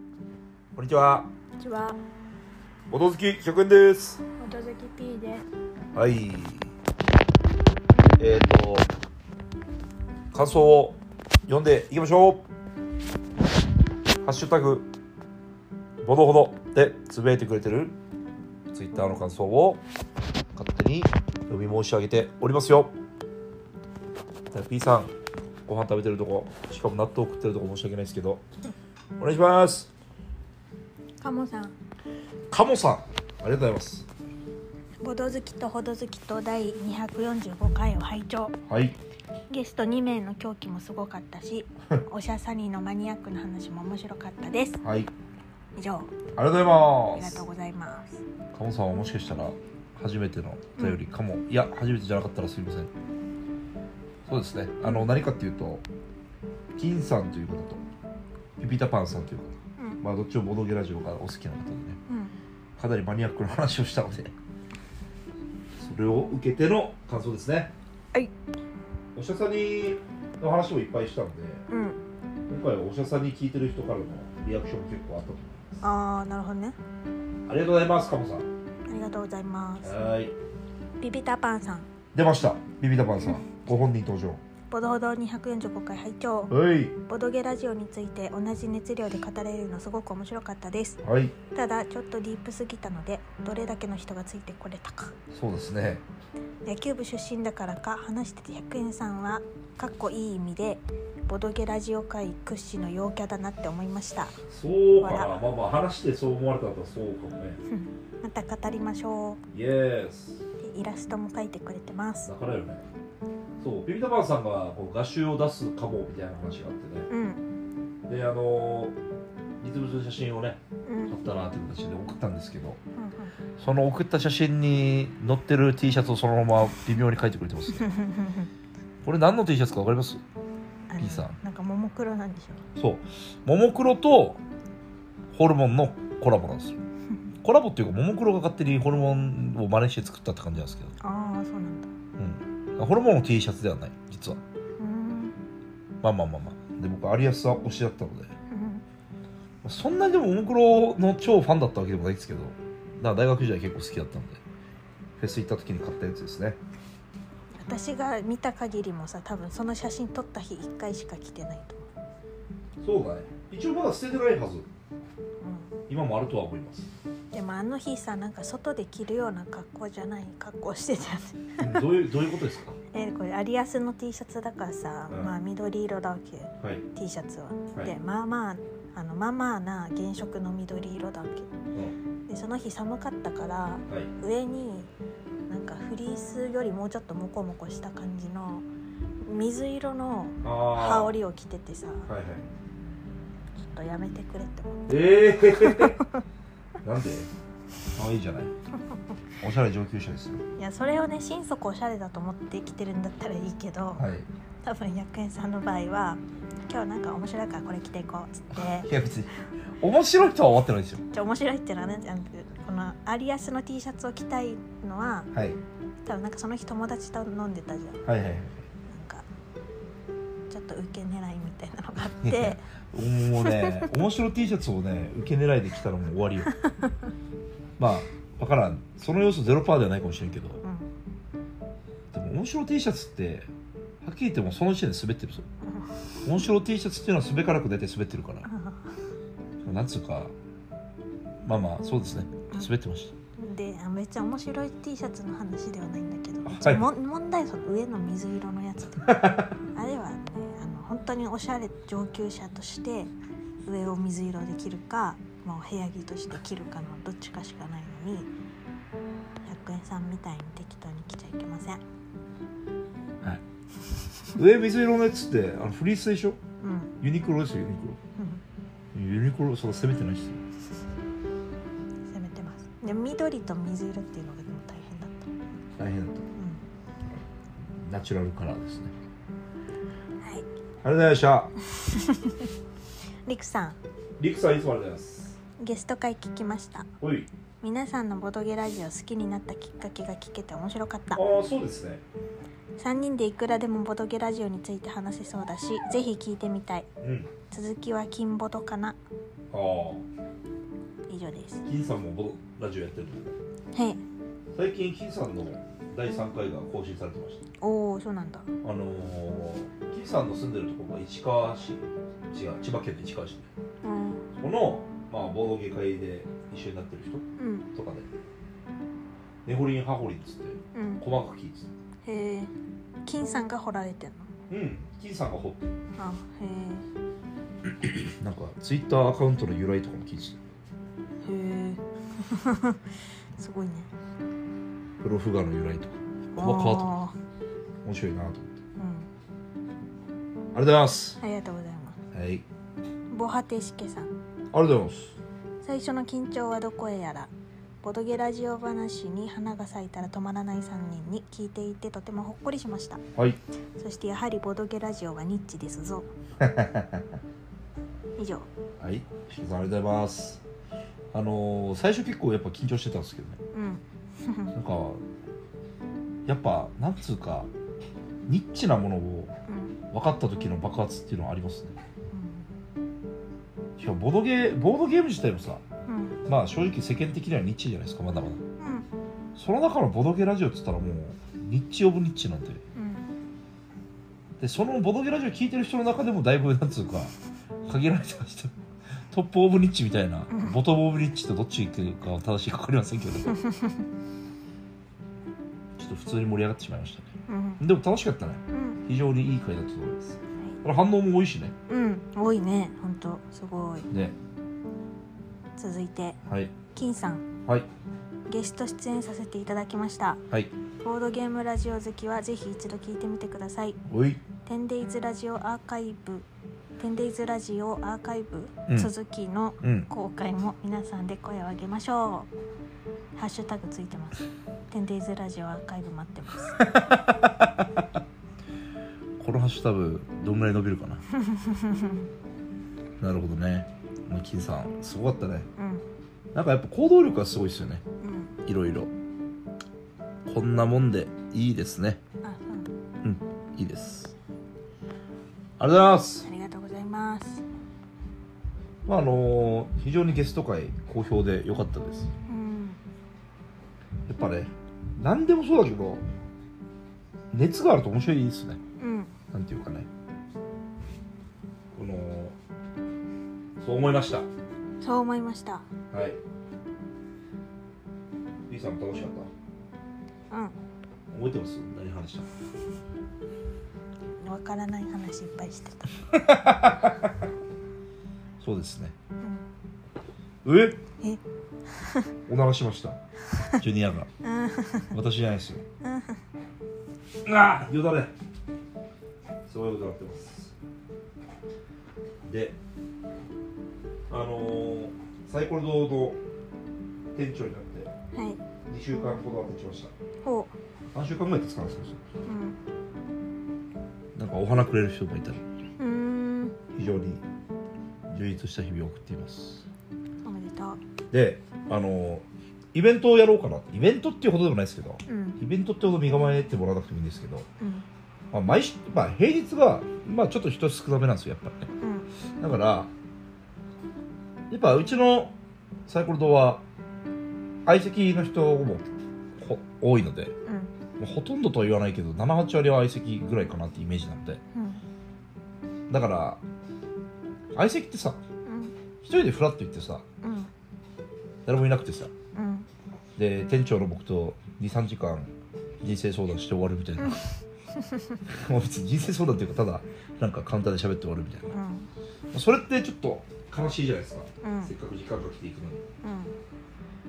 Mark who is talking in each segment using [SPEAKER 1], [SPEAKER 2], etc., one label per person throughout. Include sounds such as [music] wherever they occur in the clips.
[SPEAKER 1] にちは。
[SPEAKER 2] こんにちは、
[SPEAKER 1] 元月百円です。
[SPEAKER 2] 元月 P です。
[SPEAKER 1] はい。えっ、ー、と。感想を読んでいきましょう。ハッシュタグ。ボドほどでつぶやいてくれてる。ツイッターの感想を。勝手に読み申し上げておりますよ。P さん。ご飯食べてるとこ、しかも納豆食ってるとこ申し訳ないですけど。お願いします。
[SPEAKER 2] カモさん、
[SPEAKER 1] カモさん。ありがとうございます。
[SPEAKER 2] 元月とほど月と第245回を拝聴
[SPEAKER 1] はい。
[SPEAKER 2] ゲスト2名の狂気もすごかったし [laughs] おしゃさにのマニアックな話も面白かったです
[SPEAKER 1] はい。
[SPEAKER 2] 以上
[SPEAKER 1] ありがとう
[SPEAKER 2] あ
[SPEAKER 1] ござい
[SPEAKER 2] り
[SPEAKER 1] ま
[SPEAKER 2] が
[SPEAKER 1] す
[SPEAKER 2] とう。ございます
[SPEAKER 1] カモさんはもしかしたら初めてのお便りかも、いや初めてじゃなかったらすいません。そうですね。あの何かっていうと、金さんという方とピピタパンさんという
[SPEAKER 2] う
[SPEAKER 1] 方、
[SPEAKER 2] ん
[SPEAKER 1] まあどっちもボードゲラジオがお好きな方でね、
[SPEAKER 2] うん
[SPEAKER 1] かなりマニアックな話をしたので、それを受けての感想ですね。
[SPEAKER 2] はい。
[SPEAKER 1] おしゃさんにの話もいっぱいしたので、
[SPEAKER 2] うん
[SPEAKER 1] 今回はおしゃさんに聞いてる人からのリアクションも結構あったと思いま
[SPEAKER 2] ああなるほどね
[SPEAKER 1] す。ありがとうございます、カモさん。
[SPEAKER 2] ありがとうございます
[SPEAKER 1] はい。
[SPEAKER 2] ピピタパンさん
[SPEAKER 1] 出ましたビビタパンさんご本人登場
[SPEAKER 2] ボドほど245回拝聴
[SPEAKER 1] はい
[SPEAKER 2] ボドゲラジオについて同じ熱量で語れるのすごく面白かったです
[SPEAKER 1] はい
[SPEAKER 2] ただちょっとディープすぎたのでどれだけの人がついてこれたか
[SPEAKER 1] そうですね
[SPEAKER 2] 野球部出身だからか話してて100円さんはかっこいい意味でボドゲラジオ界屈指の陽キャだなって思いました [laughs]
[SPEAKER 1] そうか
[SPEAKER 2] あ
[SPEAKER 1] な
[SPEAKER 2] ら
[SPEAKER 1] まあまあ話してそう思われたらそうかもね
[SPEAKER 2] うんまた語りましょ
[SPEAKER 1] イエス
[SPEAKER 2] うでイラストも描いてくれてます
[SPEAKER 1] だからよねそうビビタパンさんがこう画集を出すかもみたいな話があっ
[SPEAKER 2] うん
[SPEAKER 1] てねであのー、実物の写真をね
[SPEAKER 2] うんうん
[SPEAKER 1] 買ったなっていう形で送ったんですけど
[SPEAKER 2] うん
[SPEAKER 1] その送った写真に載ってる T シャツをそのまま微妙に描いてくれてますねこれ何の T シャツか分かります
[SPEAKER 2] あの
[SPEAKER 1] いいさ
[SPEAKER 2] なんかももクロなんでし
[SPEAKER 1] そうももクロとホルモンのコラボなんです
[SPEAKER 2] [laughs]
[SPEAKER 1] よ
[SPEAKER 2] ょ
[SPEAKER 1] コラボっていうかももクロが勝手にホルモンを真似して作ったって感じなんですけど、
[SPEAKER 2] ああそうなんだ
[SPEAKER 1] うん、ホルモンの T シャツではない実は
[SPEAKER 2] うーん
[SPEAKER 1] まあまあまあまあで僕アリアスは推しだったので
[SPEAKER 2] うん
[SPEAKER 1] そんなにでもももクロの超ファンだったわけでもないですけどだから大学時代結構好きだったのでフェス行った時に買ったやつですね
[SPEAKER 2] 私が見た限りもさ多分その写真撮った日1回しか来てないと
[SPEAKER 1] そうだね一応まだ捨ててないはず
[SPEAKER 2] 思う、
[SPEAKER 1] 今もあるとは思い [laughs] ます
[SPEAKER 2] うん、でもあの日さなんか外で着るような格好じゃない格好してたよね
[SPEAKER 1] どういうどういうことですか
[SPEAKER 2] えこれアリアスの T シャツだからさ、
[SPEAKER 1] うん
[SPEAKER 2] まあ緑色だわけよ
[SPEAKER 1] はい、
[SPEAKER 2] T シャツは、
[SPEAKER 1] はい
[SPEAKER 2] でまあまああのまあまあな原色の緑色だわけ
[SPEAKER 1] うん
[SPEAKER 2] でその日寒かったから
[SPEAKER 1] はい
[SPEAKER 2] 上になんかフリースよりもうちょっとモコモコした感じの水色の
[SPEAKER 1] あ
[SPEAKER 2] 羽
[SPEAKER 1] り
[SPEAKER 2] 織を着ててさちょ
[SPEAKER 1] はいはい
[SPEAKER 2] っとやめてくれって思う
[SPEAKER 1] ええー、なんであいいじゃないおしゃれ上級者ですよ
[SPEAKER 2] いやそれをね心底おしゃれだと思って着てるんだったらいいけど、
[SPEAKER 1] はい
[SPEAKER 2] 多分100円さんの場合は今日なんか面白いからこれ着ていこうっつって
[SPEAKER 1] いや別に面白いとは思ってないですよ
[SPEAKER 2] じゃあ面白いっていうのはねなんかこのアリアスの T シャツを着たいのは
[SPEAKER 1] はい
[SPEAKER 2] 多分なんかその日友達と飲んでたじゃんなん
[SPEAKER 1] はいはいはい
[SPEAKER 2] かちょっと受け狙いみたいなのがあって
[SPEAKER 1] もうね面白い T シャツをね受け狙いできたらもう終わりよ [laughs] まあわからんその要素ゼロパーではないかもしれんけど
[SPEAKER 2] うん、
[SPEAKER 1] でも面白い T シャツってはっきり言ってもうその時点で滑ってるぞ面白い T シャツっていうのはすべからく出て滑ってるからなんつうかまあまあそうですね滑ってました
[SPEAKER 2] うん、 [laughs] であめっちゃ面白い T シャツの話ではないんだけど、
[SPEAKER 1] はい
[SPEAKER 2] ちょもん問題はその上の水色のやつあれはねあの本当におしゃれ上級者として上を水色で着るかもう部屋着として着るかのどっちかしかないのに100円さんみたいに適当に着ちゃいけません
[SPEAKER 1] 上水色のやつってあのフリースでしょ
[SPEAKER 2] うん
[SPEAKER 1] ユニクロですよユニクロユニクロそれ攻めてないですよ
[SPEAKER 2] うん攻めてますで緑と水色っていうのがでも大変だった
[SPEAKER 1] 大変だと
[SPEAKER 2] う
[SPEAKER 1] ナチュラルカラーですね
[SPEAKER 2] んはい
[SPEAKER 1] ありがとうございました
[SPEAKER 2] りくさん
[SPEAKER 1] リクさんいつもありがとうございます
[SPEAKER 2] ゲスト会聞きました
[SPEAKER 1] おい
[SPEAKER 2] 皆さんのボドゲラジオ好きになったきっかけが聞けて面白かった
[SPEAKER 1] ああそうですね
[SPEAKER 2] 3人でいくらでもボドゲラジオについて話せそうだしぜひ聞いてみたい
[SPEAKER 1] うん
[SPEAKER 2] 続きは金ボドかな
[SPEAKER 1] ああ
[SPEAKER 2] 以上です
[SPEAKER 1] 金さんもボドラジオやってる
[SPEAKER 2] はい
[SPEAKER 1] 最近金さんの第3回が更新されてました
[SPEAKER 2] おおそうなんだ
[SPEAKER 1] あのー、金さんの住んでるところが市川市違う千葉県の市川市ね
[SPEAKER 2] うん
[SPEAKER 1] この、まあ、ボードゲ会で一緒になってる人
[SPEAKER 2] うん
[SPEAKER 1] とかで、ねほりんはほりんっつって
[SPEAKER 2] うん
[SPEAKER 1] 細かく聞いて
[SPEAKER 2] へえ金さんが掘られてんの
[SPEAKER 1] たうん金さんが掘ってる
[SPEAKER 2] あ
[SPEAKER 1] なんかツイッターアカウントの由来とかも聞いてた
[SPEAKER 2] へえ [laughs] へえすごいね
[SPEAKER 1] プロフガの由来とか細かっ
[SPEAKER 2] あ
[SPEAKER 1] と面白いなと思って
[SPEAKER 2] ー
[SPEAKER 1] ありが
[SPEAKER 2] うん
[SPEAKER 1] とうございます
[SPEAKER 2] ありがとうございます
[SPEAKER 1] はいあり
[SPEAKER 2] 防波堤しけさ
[SPEAKER 1] が
[SPEAKER 2] ん
[SPEAKER 1] とうございます
[SPEAKER 2] 最初の緊張はどこへやらボドゲラジオ話に花が咲いたら止まらない3人に聞いていてとてもほっこりしました
[SPEAKER 1] はい
[SPEAKER 2] そしてやはりボドゲラジオはニッチですぞ以上
[SPEAKER 1] はいしけさんありがとうございますあのー最初結構やっぱ緊張してたんですけどね
[SPEAKER 2] うん
[SPEAKER 1] なんかやっぱなんつうかニッチなものを
[SPEAKER 2] うん
[SPEAKER 1] 分かった時の爆発っていうのはありますね
[SPEAKER 2] う
[SPEAKER 1] しかもボードゲーボードゲーム自体もさ
[SPEAKER 2] ん
[SPEAKER 1] まあ正直世間的にはニッチじゃないですかまだまだ
[SPEAKER 2] うん
[SPEAKER 1] その中のボドゲラジオっつったらもうニッチオブニッチなんで
[SPEAKER 2] うん
[SPEAKER 1] でそのボドゲラジオ聞いてる人の中でもだいぶなんつうか限られた [laughs] 人トップオブニッチみたいな
[SPEAKER 2] うん
[SPEAKER 1] ボトムオブニッチとどっち行くかは正しいか分かりま
[SPEAKER 2] [laughs]
[SPEAKER 1] せんけどちょっと普通に盛り上がってしまいましたね
[SPEAKER 2] うん
[SPEAKER 1] でも楽しかったね
[SPEAKER 2] うん
[SPEAKER 1] 非常にいい回だったと思いますこれ反応も多いしね
[SPEAKER 2] うん多いねほんとすごい
[SPEAKER 1] ね
[SPEAKER 2] 続いて
[SPEAKER 1] はい
[SPEAKER 2] 金さん
[SPEAKER 1] はい
[SPEAKER 2] ゲスト出演させていただきました
[SPEAKER 1] はい
[SPEAKER 2] ボードゲームラジオ好きはぜひ一度聞いてみてください
[SPEAKER 1] おい
[SPEAKER 2] テンデイズラジオアーカイブテンデイズラジオアーカイブ
[SPEAKER 1] うん
[SPEAKER 2] 続きの
[SPEAKER 1] うん
[SPEAKER 2] 公開も皆さんで声を上げましょうハッシュタグついてますテンデイズラジオアーカイブ待ってます
[SPEAKER 1] このハッシュタグどんぐらい伸びるかななるほどねまあ金さんすごかったね
[SPEAKER 2] うん
[SPEAKER 1] なんかやっぱ行動力がすごいですよね
[SPEAKER 2] うん
[SPEAKER 1] いろいろこんなもんでいいですね
[SPEAKER 2] あそう
[SPEAKER 1] うんいいですありがとうございます
[SPEAKER 2] ありがとうございます
[SPEAKER 1] まああのー非常にゲスト会好評で良かったです
[SPEAKER 2] うん
[SPEAKER 1] やっぱね何でもそうだけど熱があると面白いですね
[SPEAKER 2] うん
[SPEAKER 1] なんていうかねこのそう思いました
[SPEAKER 2] そう思いました
[SPEAKER 1] はい B さんも楽しかった
[SPEAKER 2] う
[SPEAKER 1] 覚えてます何話した
[SPEAKER 2] んわからない話いっぱいしてた
[SPEAKER 1] そうですね
[SPEAKER 2] うん
[SPEAKER 1] え
[SPEAKER 2] え
[SPEAKER 1] [laughs] おならしましたジュニアが
[SPEAKER 2] うん
[SPEAKER 1] 私じゃないですよ
[SPEAKER 2] うん
[SPEAKER 1] ああよだれそういうことになってますであのーサイコロ堂の店長になって
[SPEAKER 2] はい
[SPEAKER 1] 2週間ほどは経ちました
[SPEAKER 2] ほ
[SPEAKER 1] 何週間ぐらい経つかなそうそう
[SPEAKER 2] ううん
[SPEAKER 1] なんかお花くれる人もいたり
[SPEAKER 2] うーん
[SPEAKER 1] 非常に充実した日々を送っています
[SPEAKER 2] おめでとう
[SPEAKER 1] であのイベントをやろうかなイベントっていうほどでもないですけど
[SPEAKER 2] うん
[SPEAKER 1] イベントってほど身構えてもらわなくてもいいんですけど、
[SPEAKER 2] うん
[SPEAKER 1] まあ、毎週、まあ、平日が、まあ、ちょっと人少なめなんですよやっぱりね
[SPEAKER 2] うん
[SPEAKER 1] だからやっぱうちのサイコロ堂は相席の人もほ多いので
[SPEAKER 2] うん
[SPEAKER 1] まあほとんどとは言わないけど78割は相席ぐらいかなってイメージなので
[SPEAKER 2] うん
[SPEAKER 1] だから相席ってさ
[SPEAKER 2] うん
[SPEAKER 1] 一人でフラッと行ってさ
[SPEAKER 2] うん
[SPEAKER 1] 誰もいなくてさ
[SPEAKER 2] うん
[SPEAKER 1] で店長の僕と23時間人生相談して終わるみたいなもう別に人生相談っていうかただなんか簡単で喋って終わるみたいな
[SPEAKER 2] う
[SPEAKER 1] ま
[SPEAKER 2] ん
[SPEAKER 1] あそれってちょっと悲しいじゃないですか、
[SPEAKER 2] うん
[SPEAKER 1] せっかく時間が来ていくのに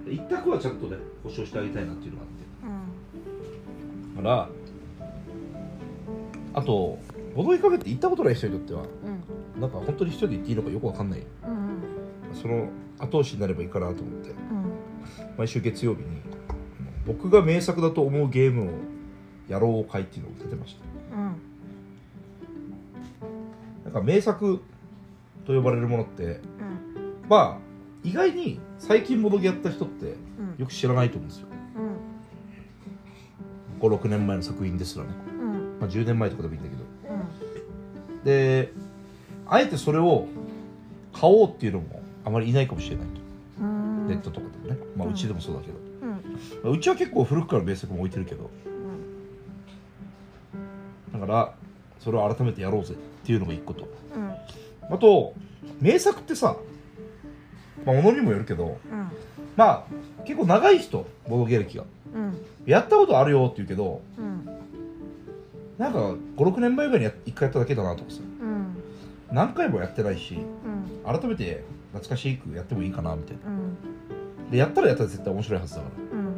[SPEAKER 2] うん
[SPEAKER 1] で一択はちゃんとね保証してあげたいなっていうのがあってだか
[SPEAKER 2] うん
[SPEAKER 1] らあとボドゲカフェって行ったことない人にとっては
[SPEAKER 2] うん
[SPEAKER 1] なんか本当に一人で行っていいのかよくわかんない
[SPEAKER 2] うん
[SPEAKER 1] その後押しになればいいかなと思って
[SPEAKER 2] うん
[SPEAKER 1] 毎週月曜日に僕が名作だと思うゲームをやろう会っていうのを立てました
[SPEAKER 2] うん
[SPEAKER 1] なんか名作と呼ばれるものって
[SPEAKER 2] うん
[SPEAKER 1] まあ意外に最近ボドゲやった人って
[SPEAKER 2] うん
[SPEAKER 1] よく知らないと思うんですよ
[SPEAKER 2] うん
[SPEAKER 1] 56年前の作品ですらね、
[SPEAKER 2] うん
[SPEAKER 1] まあ、10年前とかでもいいんだけど
[SPEAKER 2] うん
[SPEAKER 1] であえてそれを買おうっていうのもあまりいないかもしれないと
[SPEAKER 2] うん
[SPEAKER 1] ネットとかでもね、まあ、
[SPEAKER 2] うん
[SPEAKER 1] うちでもそうだけど、
[SPEAKER 2] うん
[SPEAKER 1] まあうちは結構古くから名作も置いてるけど
[SPEAKER 2] うん
[SPEAKER 1] だからそれを改めてやろうぜっていうのが一個と
[SPEAKER 2] うん
[SPEAKER 1] あと名作ってさまあものにもよるけど
[SPEAKER 2] うん
[SPEAKER 1] まあ結構長い人ボドゲ歴が
[SPEAKER 2] うん
[SPEAKER 1] やったことあるよって言うけど
[SPEAKER 2] うん
[SPEAKER 1] なんか56年前ぐらいにや一回やっただけだなとかさ
[SPEAKER 2] うん
[SPEAKER 1] 何回もやってないし
[SPEAKER 2] うん
[SPEAKER 1] 改めて懐かしくやってもいいかなみたいな
[SPEAKER 2] うん
[SPEAKER 1] でやったらやったら絶対面白いはずだから
[SPEAKER 2] うん
[SPEAKER 1] っ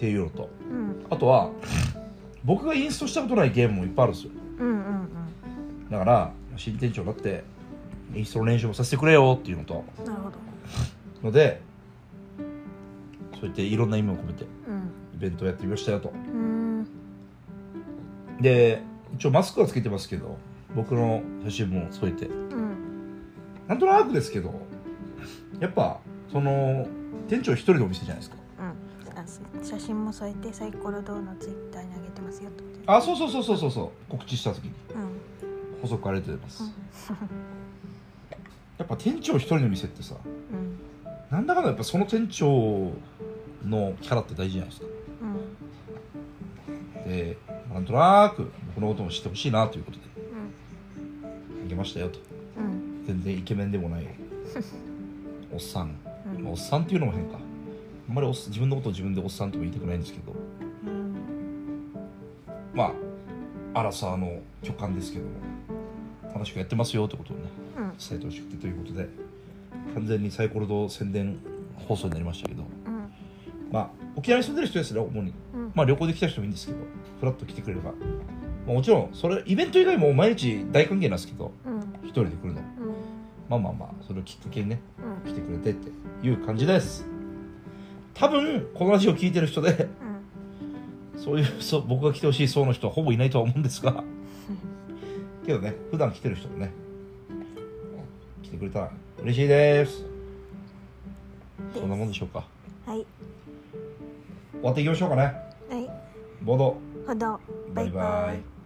[SPEAKER 1] ていうのと
[SPEAKER 2] うん
[SPEAKER 1] あとは僕がインストしたことないゲームもいっぱいあるんですよ
[SPEAKER 2] うんうん
[SPEAKER 1] だから新店長になってインストの練習もさせてくれよっていうのと
[SPEAKER 2] うんなるほど
[SPEAKER 1] のでそうやっていろんな意味を込めてイ
[SPEAKER 2] うん
[SPEAKER 1] ベントをやってみましたよと
[SPEAKER 2] うん
[SPEAKER 1] で一応マスクはつけてますけど僕の写真も添えて
[SPEAKER 2] うん
[SPEAKER 1] なんとなくですけどやっぱその店長一人のお店じゃないですか
[SPEAKER 2] あす写真も添えてサイコロ堂のツイッターに上げてますよってこと
[SPEAKER 1] あそうそうそうそうそうそう告知した時に
[SPEAKER 2] うんうん
[SPEAKER 1] 細くありがとうございます、やっぱ店長一人の店ってさ
[SPEAKER 2] うん
[SPEAKER 1] なんだかんだやっぱその店長のキャラって大事じゃないですか
[SPEAKER 2] うん
[SPEAKER 1] でなんとなく僕のことも知ってほしいなということであげましたよと
[SPEAKER 2] うんうん
[SPEAKER 1] 全然イケメンでもないおっさん
[SPEAKER 2] うん
[SPEAKER 1] おっさんっていうのも変かあんまりおっ自分のことを自分でおっさんとも言いたくないんですけど
[SPEAKER 2] うん
[SPEAKER 1] まあアラサーの巨漢ですけども楽しくやってますよってことをね
[SPEAKER 2] うん
[SPEAKER 1] 伝えてほしくてということで完全にサイコロ堂宣伝放送になりましたけど
[SPEAKER 2] うん
[SPEAKER 1] まあ沖縄に住んでる人ですね主に
[SPEAKER 2] うん
[SPEAKER 1] まあ旅行で来た人もいいんですけどフラッと来てくれれば、まあ、もちろんそれイベント以外も毎日大歓迎なんですけど
[SPEAKER 2] うん
[SPEAKER 1] 一人で来るの
[SPEAKER 2] うん
[SPEAKER 1] まあまあまあそれをきっかけにね
[SPEAKER 2] うん
[SPEAKER 1] 来てくれてっていう感じです多分このラジオ聞いてる人で
[SPEAKER 2] うん
[SPEAKER 1] そういう [laughs] そう僕が来てほしい層の人はほぼいないとは思うんです [laughs] がけどね普段来てる人もね来てくれたら嬉しいですそんなもんでしょうか
[SPEAKER 2] はい
[SPEAKER 1] 終わっていきましょうかね
[SPEAKER 2] はい
[SPEAKER 1] ボード
[SPEAKER 2] ほど
[SPEAKER 1] バイバイ